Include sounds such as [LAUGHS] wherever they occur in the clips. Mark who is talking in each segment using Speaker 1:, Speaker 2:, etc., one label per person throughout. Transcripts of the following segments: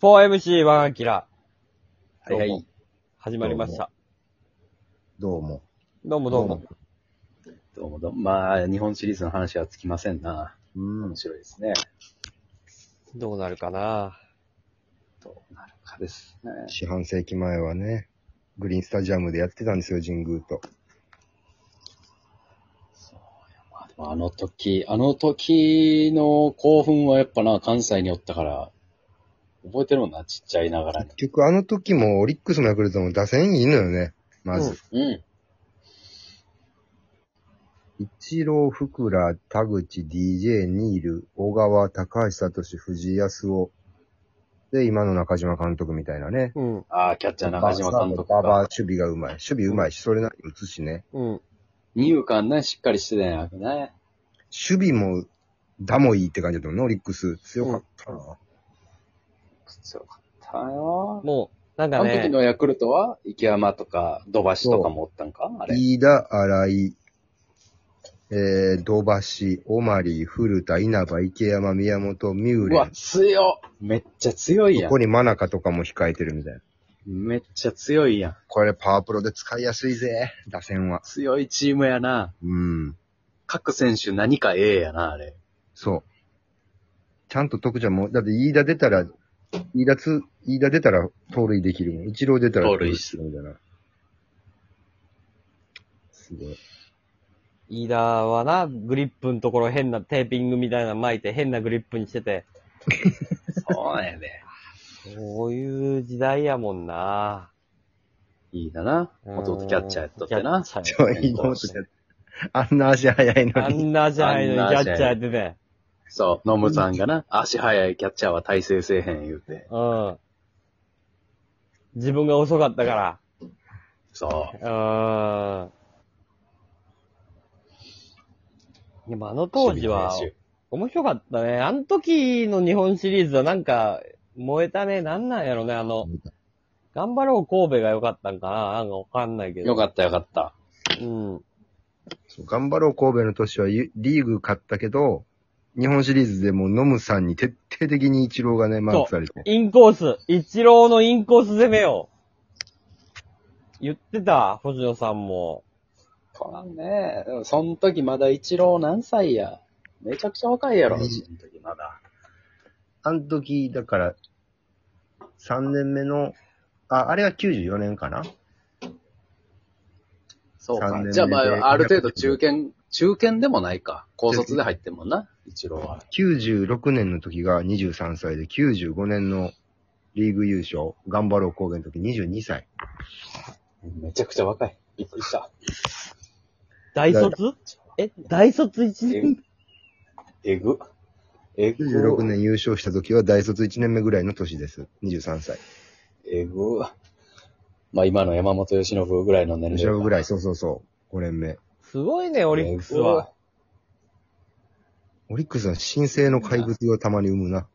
Speaker 1: 4MC1 アキラ。
Speaker 2: はいは
Speaker 1: どう
Speaker 2: い
Speaker 1: も。始まりました。
Speaker 2: どうも。
Speaker 1: どうもどうも。
Speaker 2: どうもどうも。まあ、日本シリーズの話はつきませんな。
Speaker 3: うん
Speaker 2: 面。白いですね。
Speaker 1: どうなるかな
Speaker 2: どうなるかですね。
Speaker 3: 四半世紀前はね、グリーンスタジアムでやってたんですよ、神宮と。
Speaker 2: まあ、でもあの時、あの時の興奮はやっぱな、関西におったから、覚えてるもんな、ちっちゃいながらに
Speaker 3: 結。局あの時もオリックスもヤクルトも打線いいのよね、まず。
Speaker 2: うん。
Speaker 3: 一郎、福良、田口、DJ、ニール、小川、高橋聡、藤井康夫。で、今の中島監督みたいなね。
Speaker 1: うん、
Speaker 2: ああ、キャッチャー中島監督
Speaker 3: ババ
Speaker 2: が。
Speaker 3: 守備がうまい。守備うまいし、それなりに打つしね。
Speaker 1: うん。
Speaker 2: 二遊間ね、しっかりしてたんやけどね。
Speaker 3: 守備も、打もいいって感じだったもんね、オリックス。強かったな。
Speaker 2: 強かったよ。
Speaker 1: もう、なん
Speaker 2: あ
Speaker 1: か
Speaker 2: の時
Speaker 1: ね、
Speaker 2: のヤクルトは、池山とか、土橋とかもおったんかあれ。
Speaker 3: 飯田、新井、えー、土橋、オマリー、古田、稲葉、池山、宮本、三
Speaker 2: う
Speaker 3: 浦
Speaker 2: わ、。強っめっちゃ強いや
Speaker 3: こ
Speaker 2: ん
Speaker 3: こ。に真中とかも控えてるみたいな。
Speaker 2: めっちゃ強いやん。
Speaker 3: これパワープロで使いやすいぜ、打線は。
Speaker 2: 強いチームやな。
Speaker 3: うん。
Speaker 2: 各選手何かええやな、あれ。
Speaker 3: そう。ちゃんと徳ちゃんも、だって飯田出たら、飯田つ、飯田出たら盗塁できるもん。一郎出たら
Speaker 2: 盗塁す
Speaker 3: るみたいな。すごい。
Speaker 1: 飯田はな、グリップのところ変なテーピングみたいなの巻いて変なグリップにしてて、
Speaker 2: そうやで。
Speaker 1: そういう時代やもんない
Speaker 2: いだな。弟キャッチャーやっとってな。
Speaker 1: キャッチ
Speaker 3: ちょ、いいのあんな足早い
Speaker 1: ャー
Speaker 3: の
Speaker 1: あ
Speaker 3: に。
Speaker 1: んなじゃないのにキャッチャーやってて。
Speaker 2: そう、ノムさんがな、足速いキャッチャーは体勢せえへん言うて。
Speaker 1: うん。自分が遅かったか
Speaker 2: そ
Speaker 1: ら。うん。でもあの
Speaker 2: う。
Speaker 1: 当時は、
Speaker 2: 守備
Speaker 1: 面白かったね。あの時の日本シリーズはなんか、燃えたね。なんなんやろね、あの、頑張ろう神戸が良かったんかななんかわかんないけ
Speaker 2: の
Speaker 1: ど。
Speaker 2: 選手よかったよかった。
Speaker 1: うん。
Speaker 3: そう頑張ろう神戸の年はゆリーグ勝ったけど、日本シリーズでもノムさんに徹底的にイチローがね、マークされて。
Speaker 1: インコース。一郎のインコース攻めよ。言ってた、星野さんも。
Speaker 2: こらね、でもその時まだ一郎何歳や。めちゃくちゃ若いやろ。そ
Speaker 3: うん
Speaker 2: の時まだ。
Speaker 3: あの時、だから、3年目の、あ、あれは94年かな
Speaker 2: そう
Speaker 3: 三
Speaker 2: か
Speaker 3: 年。目で
Speaker 2: じゃあまあ、ある程度中堅、中堅でもないか。高卒で入ってんもんな、一郎は。
Speaker 3: ?96 年の時が23歳で、95年のリーグ優勝、頑張ろう神戸の時22歳。
Speaker 2: めちゃくちゃ若い。びっくりした。
Speaker 1: 大卒え、大卒一
Speaker 2: え
Speaker 1: 年
Speaker 2: えぐ。え [LAUGHS] ぐ。
Speaker 3: 96年優勝した時は大卒1年目ぐらいの年です。23歳。
Speaker 2: えぐ。まあ今の山本由伸ぐらいの年齢
Speaker 3: 後
Speaker 2: か。
Speaker 3: ろぐらい、そうそうそう。5年目。
Speaker 1: すごいね、オリックスは。
Speaker 3: オリックスは新生の怪物をたまに生むな。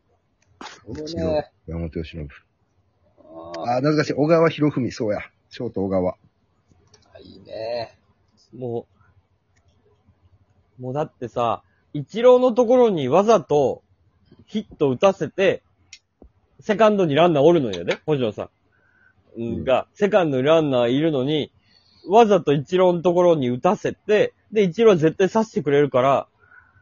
Speaker 2: えぐ。
Speaker 3: 一
Speaker 2: そう
Speaker 3: 郎
Speaker 2: ね
Speaker 3: 山本由伸。
Speaker 2: あ
Speaker 3: あー、懐かしい。小川博文、そうや。ショート小川。
Speaker 2: あ、いいね。
Speaker 1: もう、もうだってさ、一郎のところにわざとヒット打たせて、セカンドにランナーおるのよね、星野さん。
Speaker 3: うん
Speaker 1: が、セカンドにランナーいるのに、わざと一郎のところに打たせて、で、一郎は絶対刺してくれるから、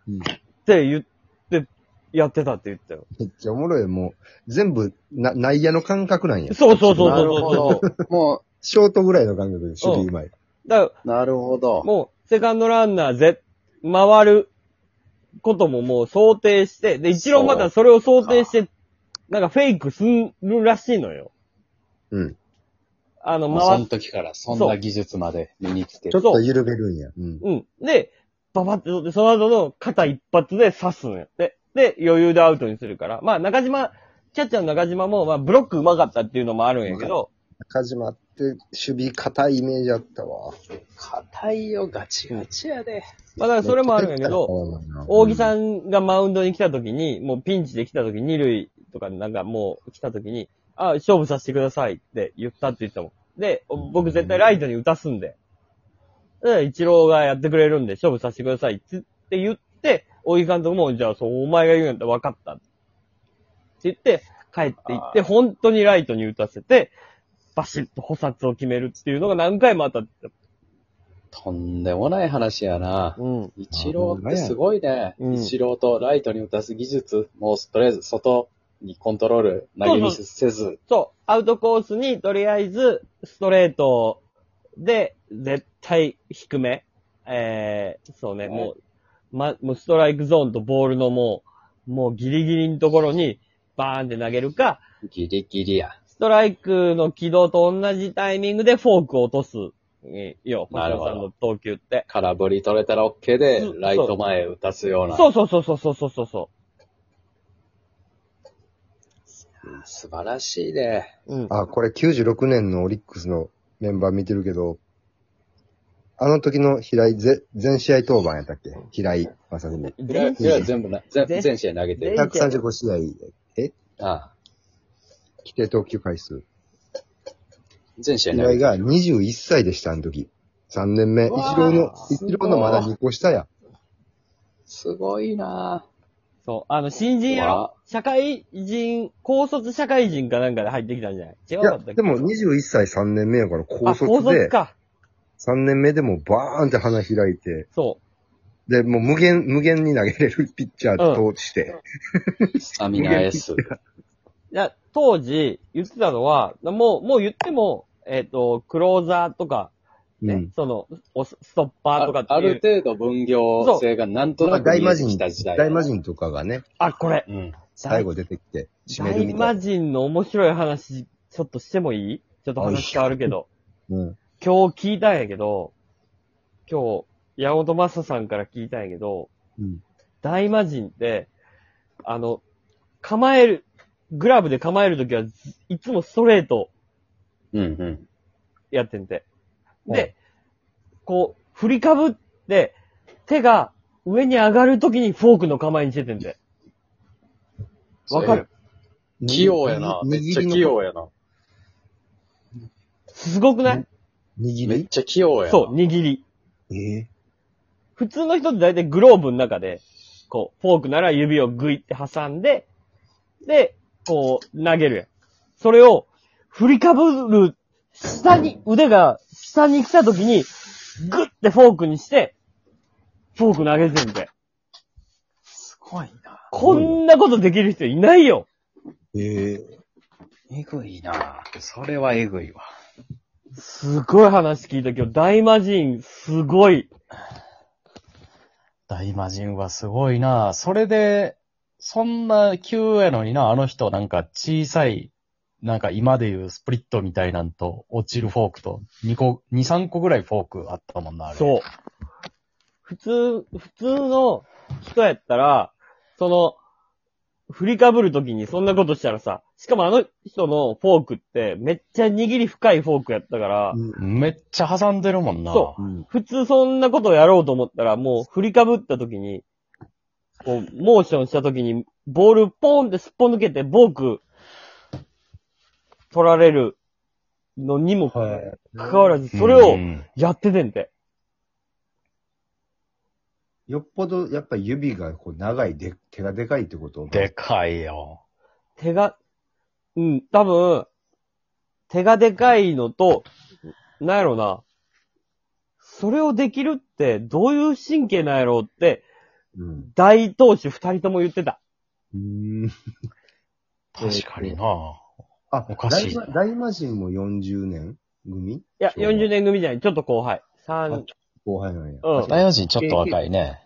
Speaker 3: うん
Speaker 1: って言って、やってたって言ったよ。
Speaker 3: めっちゃおもろい。もう、全部、な、内野の感覚なんや。
Speaker 1: そうそうそう
Speaker 2: な
Speaker 1: そう
Speaker 2: る
Speaker 1: そ
Speaker 2: ほ
Speaker 1: うそう。
Speaker 2: ど。も
Speaker 3: ショートぐらいの感覚で、守備うまい。
Speaker 1: だから
Speaker 2: う、なるほど。
Speaker 1: もう、セカンドランナーぜ、回ることももう想定して、で、一郎またそれを想定して、なんかフェイクするらしいのよ。
Speaker 3: うん。
Speaker 1: あの、
Speaker 2: もうそ
Speaker 1: 回
Speaker 2: の
Speaker 1: っ
Speaker 2: 時から、そんな技術まで身につけ
Speaker 3: ち
Speaker 2: て。
Speaker 3: ょっと緩めるんや。うん。
Speaker 1: うん。で、ババって取って、その後の肩一発で刺すのよ。で、で、余裕でアウトにするから。まあ、中島、キャッチャーの中島も、まあ、ブロック上手かったっていうのもあるんやけど、
Speaker 3: 中島って、守備硬いイメージあったわ。
Speaker 2: 硬いよ、ガチガチやで。
Speaker 1: まあ、だからそれもあるんやけど、大木さ
Speaker 3: ん。
Speaker 1: んがマウンドに来た時に、もうピンチで来た時、二塁とかなんかもう来た時に、あ、勝負させてくださいって言ったって言ったもん。で、お僕絶対ライトに打たすんで。で、一郎がやってくれるんで勝負させてくださいって言って、大木監督も、じゃあそう、お前が言うんやったら分かった。って言って、帰っていって、本当にライトに打たせて、バシッと補殺を決めるっていうのが何回もあったって言って
Speaker 2: とんでもない話やな
Speaker 1: た。。うん。
Speaker 2: 一郎ってすごいね。
Speaker 1: うん
Speaker 2: 一郎とライトに打たす技術、もうとりあえず外にコントロール、投げミスせず。
Speaker 1: そう、アウトコースにとりあえず、ストレートで、絶対低め。えー、そうね、
Speaker 2: はい
Speaker 1: もう、ま、もうストライクゾーンとボールのもう、もうギリギリのところに、バーンって投げるか、
Speaker 2: ギリギリや。
Speaker 1: ストライクの軌道と同じタイミングでフォークを落とす。えーよ、
Speaker 2: な
Speaker 1: 星
Speaker 2: るほ
Speaker 1: 野
Speaker 2: ど
Speaker 1: さんの投球って。
Speaker 2: 空振り取れたら OK で
Speaker 1: う、ん
Speaker 2: ライト前へ打たすような。
Speaker 1: そうそうそうそうそうそうそ
Speaker 2: 素晴らしいね。
Speaker 1: う。うん。
Speaker 3: あ、これ96年のオリックスのメンバー見てるけど、あの時の平井、ぜ全試合登板やったっけ平井正文。
Speaker 2: い
Speaker 1: 全
Speaker 2: やい
Speaker 1: 然
Speaker 2: や全部な、全
Speaker 1: 全
Speaker 2: 全試合投げてる。
Speaker 1: 全
Speaker 3: 135試合、え
Speaker 2: ああ
Speaker 3: 規定投球回数。
Speaker 2: 全試合投
Speaker 3: 平
Speaker 2: げ
Speaker 3: 井
Speaker 2: てる。
Speaker 3: が21歳でした、あの時。3年目。イチ
Speaker 2: うわー
Speaker 3: ローの、イ
Speaker 2: す
Speaker 3: チ
Speaker 2: ごい
Speaker 3: ローのまだ2個下や。
Speaker 2: すごいな
Speaker 1: そう。あの、新人や
Speaker 2: うわ
Speaker 1: ろ社会人、高卒社会人かなんかで入ってきたんじゃない違
Speaker 3: いう
Speaker 1: か
Speaker 3: や、
Speaker 1: ったっけ
Speaker 3: でも21歳3年目やから高
Speaker 1: あ
Speaker 3: 卒
Speaker 1: 高卒
Speaker 3: で、
Speaker 1: か。
Speaker 3: 3年目でもバーンって花開いて、
Speaker 1: そ
Speaker 3: で、もう無限、無限に投げれるピッチャーとして、
Speaker 2: スタミナ
Speaker 3: [LAUGHS]
Speaker 2: S。
Speaker 1: う。いや、当時言ってたのは、もう、もう言っても、えっ、と、クローザーとか、
Speaker 3: う
Speaker 1: ね、
Speaker 3: ん。
Speaker 1: その、おストッパーとか
Speaker 2: あ
Speaker 1: って
Speaker 2: あ
Speaker 1: い
Speaker 2: る
Speaker 1: う。
Speaker 2: 程度分業性がなんと
Speaker 3: まあ
Speaker 2: なく
Speaker 3: 大
Speaker 2: 見え
Speaker 3: 魔
Speaker 2: て
Speaker 3: 神
Speaker 2: きた時代。
Speaker 3: 大魔。神とかがね、
Speaker 1: あ、これ。
Speaker 2: うん。
Speaker 3: 最後出てきて、締める
Speaker 1: 大
Speaker 3: みたい
Speaker 1: 魔
Speaker 3: な。
Speaker 1: 人の面白い話、ちょっとしてもいいちょっと話変わるけど。
Speaker 3: うん。
Speaker 1: 今日聞いたんやけど、今日、山本正さんから聞いたんやけど、
Speaker 3: うん
Speaker 1: 大魔人って、あの、構える、グラブで構えるときはず、いつもストレート
Speaker 2: うんうん。
Speaker 1: やってんて。
Speaker 3: は
Speaker 1: で、こう、振りかぶって、手が上に上がるときにフォークの構えにしててんて。わかる。
Speaker 2: 器用やな。めっ
Speaker 3: 握り
Speaker 2: ちゃ器用やな。
Speaker 1: すごくない
Speaker 3: 握
Speaker 2: めっ
Speaker 3: り
Speaker 2: ちゃ器用やな。
Speaker 1: そう、握り。
Speaker 3: ええ
Speaker 1: 普通の人って大体グローブの中で、こう、フォークなら指をグイって挟んで、で、こう、投げるやん。それを、振りかぶる、下に、腕が下に来た時に、グッてフォークにして、フォーク投げてるんで。
Speaker 2: すごいな。
Speaker 1: こんなことできる人いないよ。
Speaker 3: ええ
Speaker 2: えぐいな。それはえぐいわ。
Speaker 1: すごい話聞いた今日、大魔人、すごい。
Speaker 2: 大魔神はすごいな。それで、そんな急やのにな、あの人なんか小さい、なんか今でいうスプリットみたいなんと、落ちるフォークと、2個、2、3個ぐらいフォークあったもんな、あれ。
Speaker 1: そう。普通、普通の人やったら、その、振りかぶるときにそんなことしたらさ、しかもあの人のフォークってめっちゃ握り深いフォークやったから、
Speaker 2: めっちゃ挟んでるもんな。
Speaker 1: そ
Speaker 3: うん。
Speaker 1: 普通そんなことをやろうと思ったら、もう振りかぶったときに、こう、モーションしたときに、ボールポーンってすっぽ抜けて、ボーク、取られるのにもか
Speaker 2: はい
Speaker 1: かわらず、それ
Speaker 2: う
Speaker 1: を
Speaker 2: ん
Speaker 1: やっててんて。
Speaker 3: よっぽど、やっぱ指がこう長いで、手がでかいってこと
Speaker 2: でかいよ。
Speaker 1: 手が、うん、多分、手がでかいのと、なんやろな。それをできるって、どういう神経なんやろうって、
Speaker 3: うん。
Speaker 1: 大投手二人とも言ってた。
Speaker 3: うーん。
Speaker 2: 確かにな。
Speaker 3: あ、
Speaker 2: おかしい
Speaker 3: 大魔大魔神も40年組
Speaker 1: いや、
Speaker 2: そう
Speaker 1: 40年組じゃない。ちょっと後輩。三、
Speaker 3: 後輩なんや。
Speaker 1: うん
Speaker 2: 大魔神ちょっと若いね。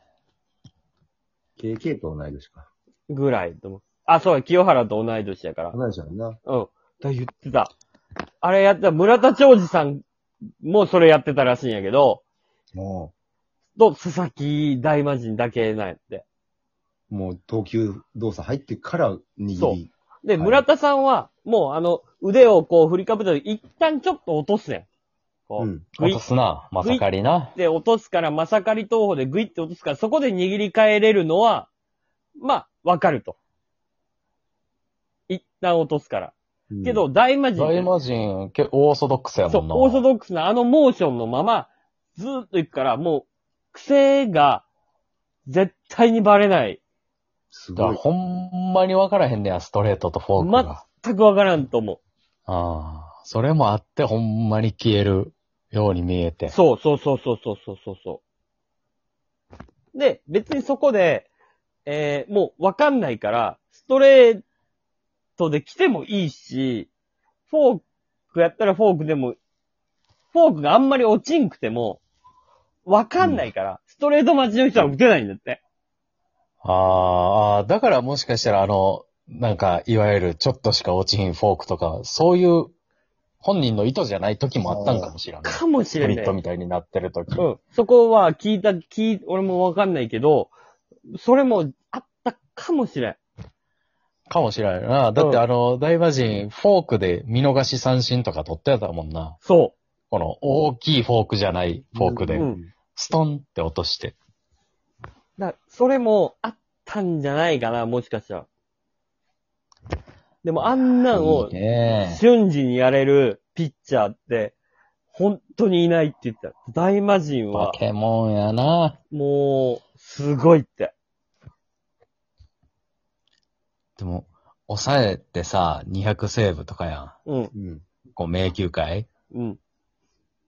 Speaker 3: KK と同い年か。
Speaker 1: ぐらいと思う。あ、そうや、清原と同い年やから。うん。
Speaker 3: 同い年やんな。
Speaker 1: だ言ってた。あれやってた、村田長治さんもそれやってたらしいんやけど、
Speaker 3: も
Speaker 1: と、佐々木大魔神だけなんやって。
Speaker 3: う、もう投球動作入ってから握
Speaker 1: そ
Speaker 3: り。
Speaker 1: で、
Speaker 3: はい
Speaker 1: 村田さんは、もうあの、腕をこう振りかぶった時、一旦ちょっと落とすやん。こう、
Speaker 3: ん。
Speaker 1: グイ
Speaker 2: 落
Speaker 1: っ
Speaker 2: とすな。まさかりな。
Speaker 1: て落とすから、まさかり投法でグイって落とすから、そこで握り替えれるのは、まあ、わかると。一旦落とすから。
Speaker 3: うん
Speaker 1: け、ど、大魔人って
Speaker 2: 大魔神、けオーソドックスや
Speaker 1: そ
Speaker 2: も
Speaker 1: う、
Speaker 2: んな。
Speaker 1: オーソドックスなあのモーションのまま、ずーっと行くから、もう、癖が、絶対にバレない
Speaker 3: す
Speaker 2: だか
Speaker 3: ご
Speaker 2: ら
Speaker 3: い。
Speaker 2: ほんまに分からへんねや、ストレートとフォークが。
Speaker 1: 全くわからんと思
Speaker 2: ああ、それもあってほんまに消えるように見え
Speaker 1: う。
Speaker 2: て。
Speaker 1: そうそうそうそうそうそうそうそう。で、別にそこで、えー、もうわかんないから、ストレートで来てもいいし、フォークやったらフォークでも、フォークがあんまり落ちんくても、わかんないから、ストレート待ちの人は打てないんだって。
Speaker 2: ああ、だからもしかしたらあの、なんか、いわゆるちょっとしか落ちひんフォークとか、そういう本人の意図じゃない時もあったんかもしれない。
Speaker 1: かもし
Speaker 2: ス
Speaker 1: れ
Speaker 2: プ
Speaker 1: な
Speaker 2: リ
Speaker 1: い。
Speaker 2: ットみたいになってる時。
Speaker 1: うん。そこは聞いた、聞い、俺もわかんないけど、それもあったかもしれん。
Speaker 2: かもしれないな。だっ
Speaker 1: う
Speaker 2: て
Speaker 1: ん
Speaker 2: あの、大魔神、フォークで見逃し三振とか取ってたもんな。
Speaker 1: そ
Speaker 2: この大きいフォークじゃないフォーク
Speaker 1: う
Speaker 2: で、
Speaker 1: ん
Speaker 2: ストンって落として。
Speaker 1: う。だそれもあったんじゃないかな、もしかしたら。でもあんなんを
Speaker 2: いいね
Speaker 1: 瞬時にやれるピッチャーって、本当にいないって言ってた。大魔神
Speaker 2: バ
Speaker 1: は、
Speaker 2: ケモンやな。
Speaker 1: もう、すごいって。
Speaker 2: でも、抑えてさ、200セーブとかや
Speaker 1: うん、
Speaker 3: うん。
Speaker 2: ん。こう、迷宮界
Speaker 1: うん。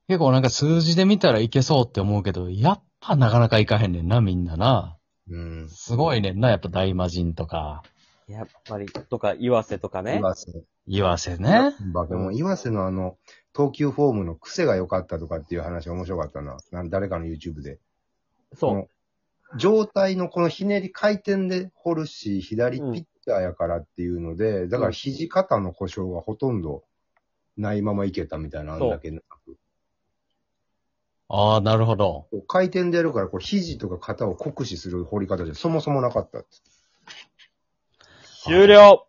Speaker 2: 結構なんか数字で見たらいけそうって思うけど、やっぱなかなかいかへんねんな、みんなな。
Speaker 3: うん。
Speaker 2: すごいねんな、やっぱ大魔神とか、
Speaker 1: やっぱり、とか、岩瀬とかね。
Speaker 3: 岩瀬。
Speaker 2: 岩瀬ね。
Speaker 3: バケモン。岩瀬のあの、投球フォームの癖が良かったとかっていう話面白かったな。なん誰かの YouTube で。
Speaker 1: そう。
Speaker 3: う。状態のこのひねり回転で掘るし、左ピッチャーやからっていうので、だから肘肩の故障がほとんどないままいけたみたいな、あんだけなく。
Speaker 2: ああ、なるほど。
Speaker 3: こう回転でやるから、こう肘とか肩を酷使する掘り方じゃそもそもなかったって。
Speaker 1: 終了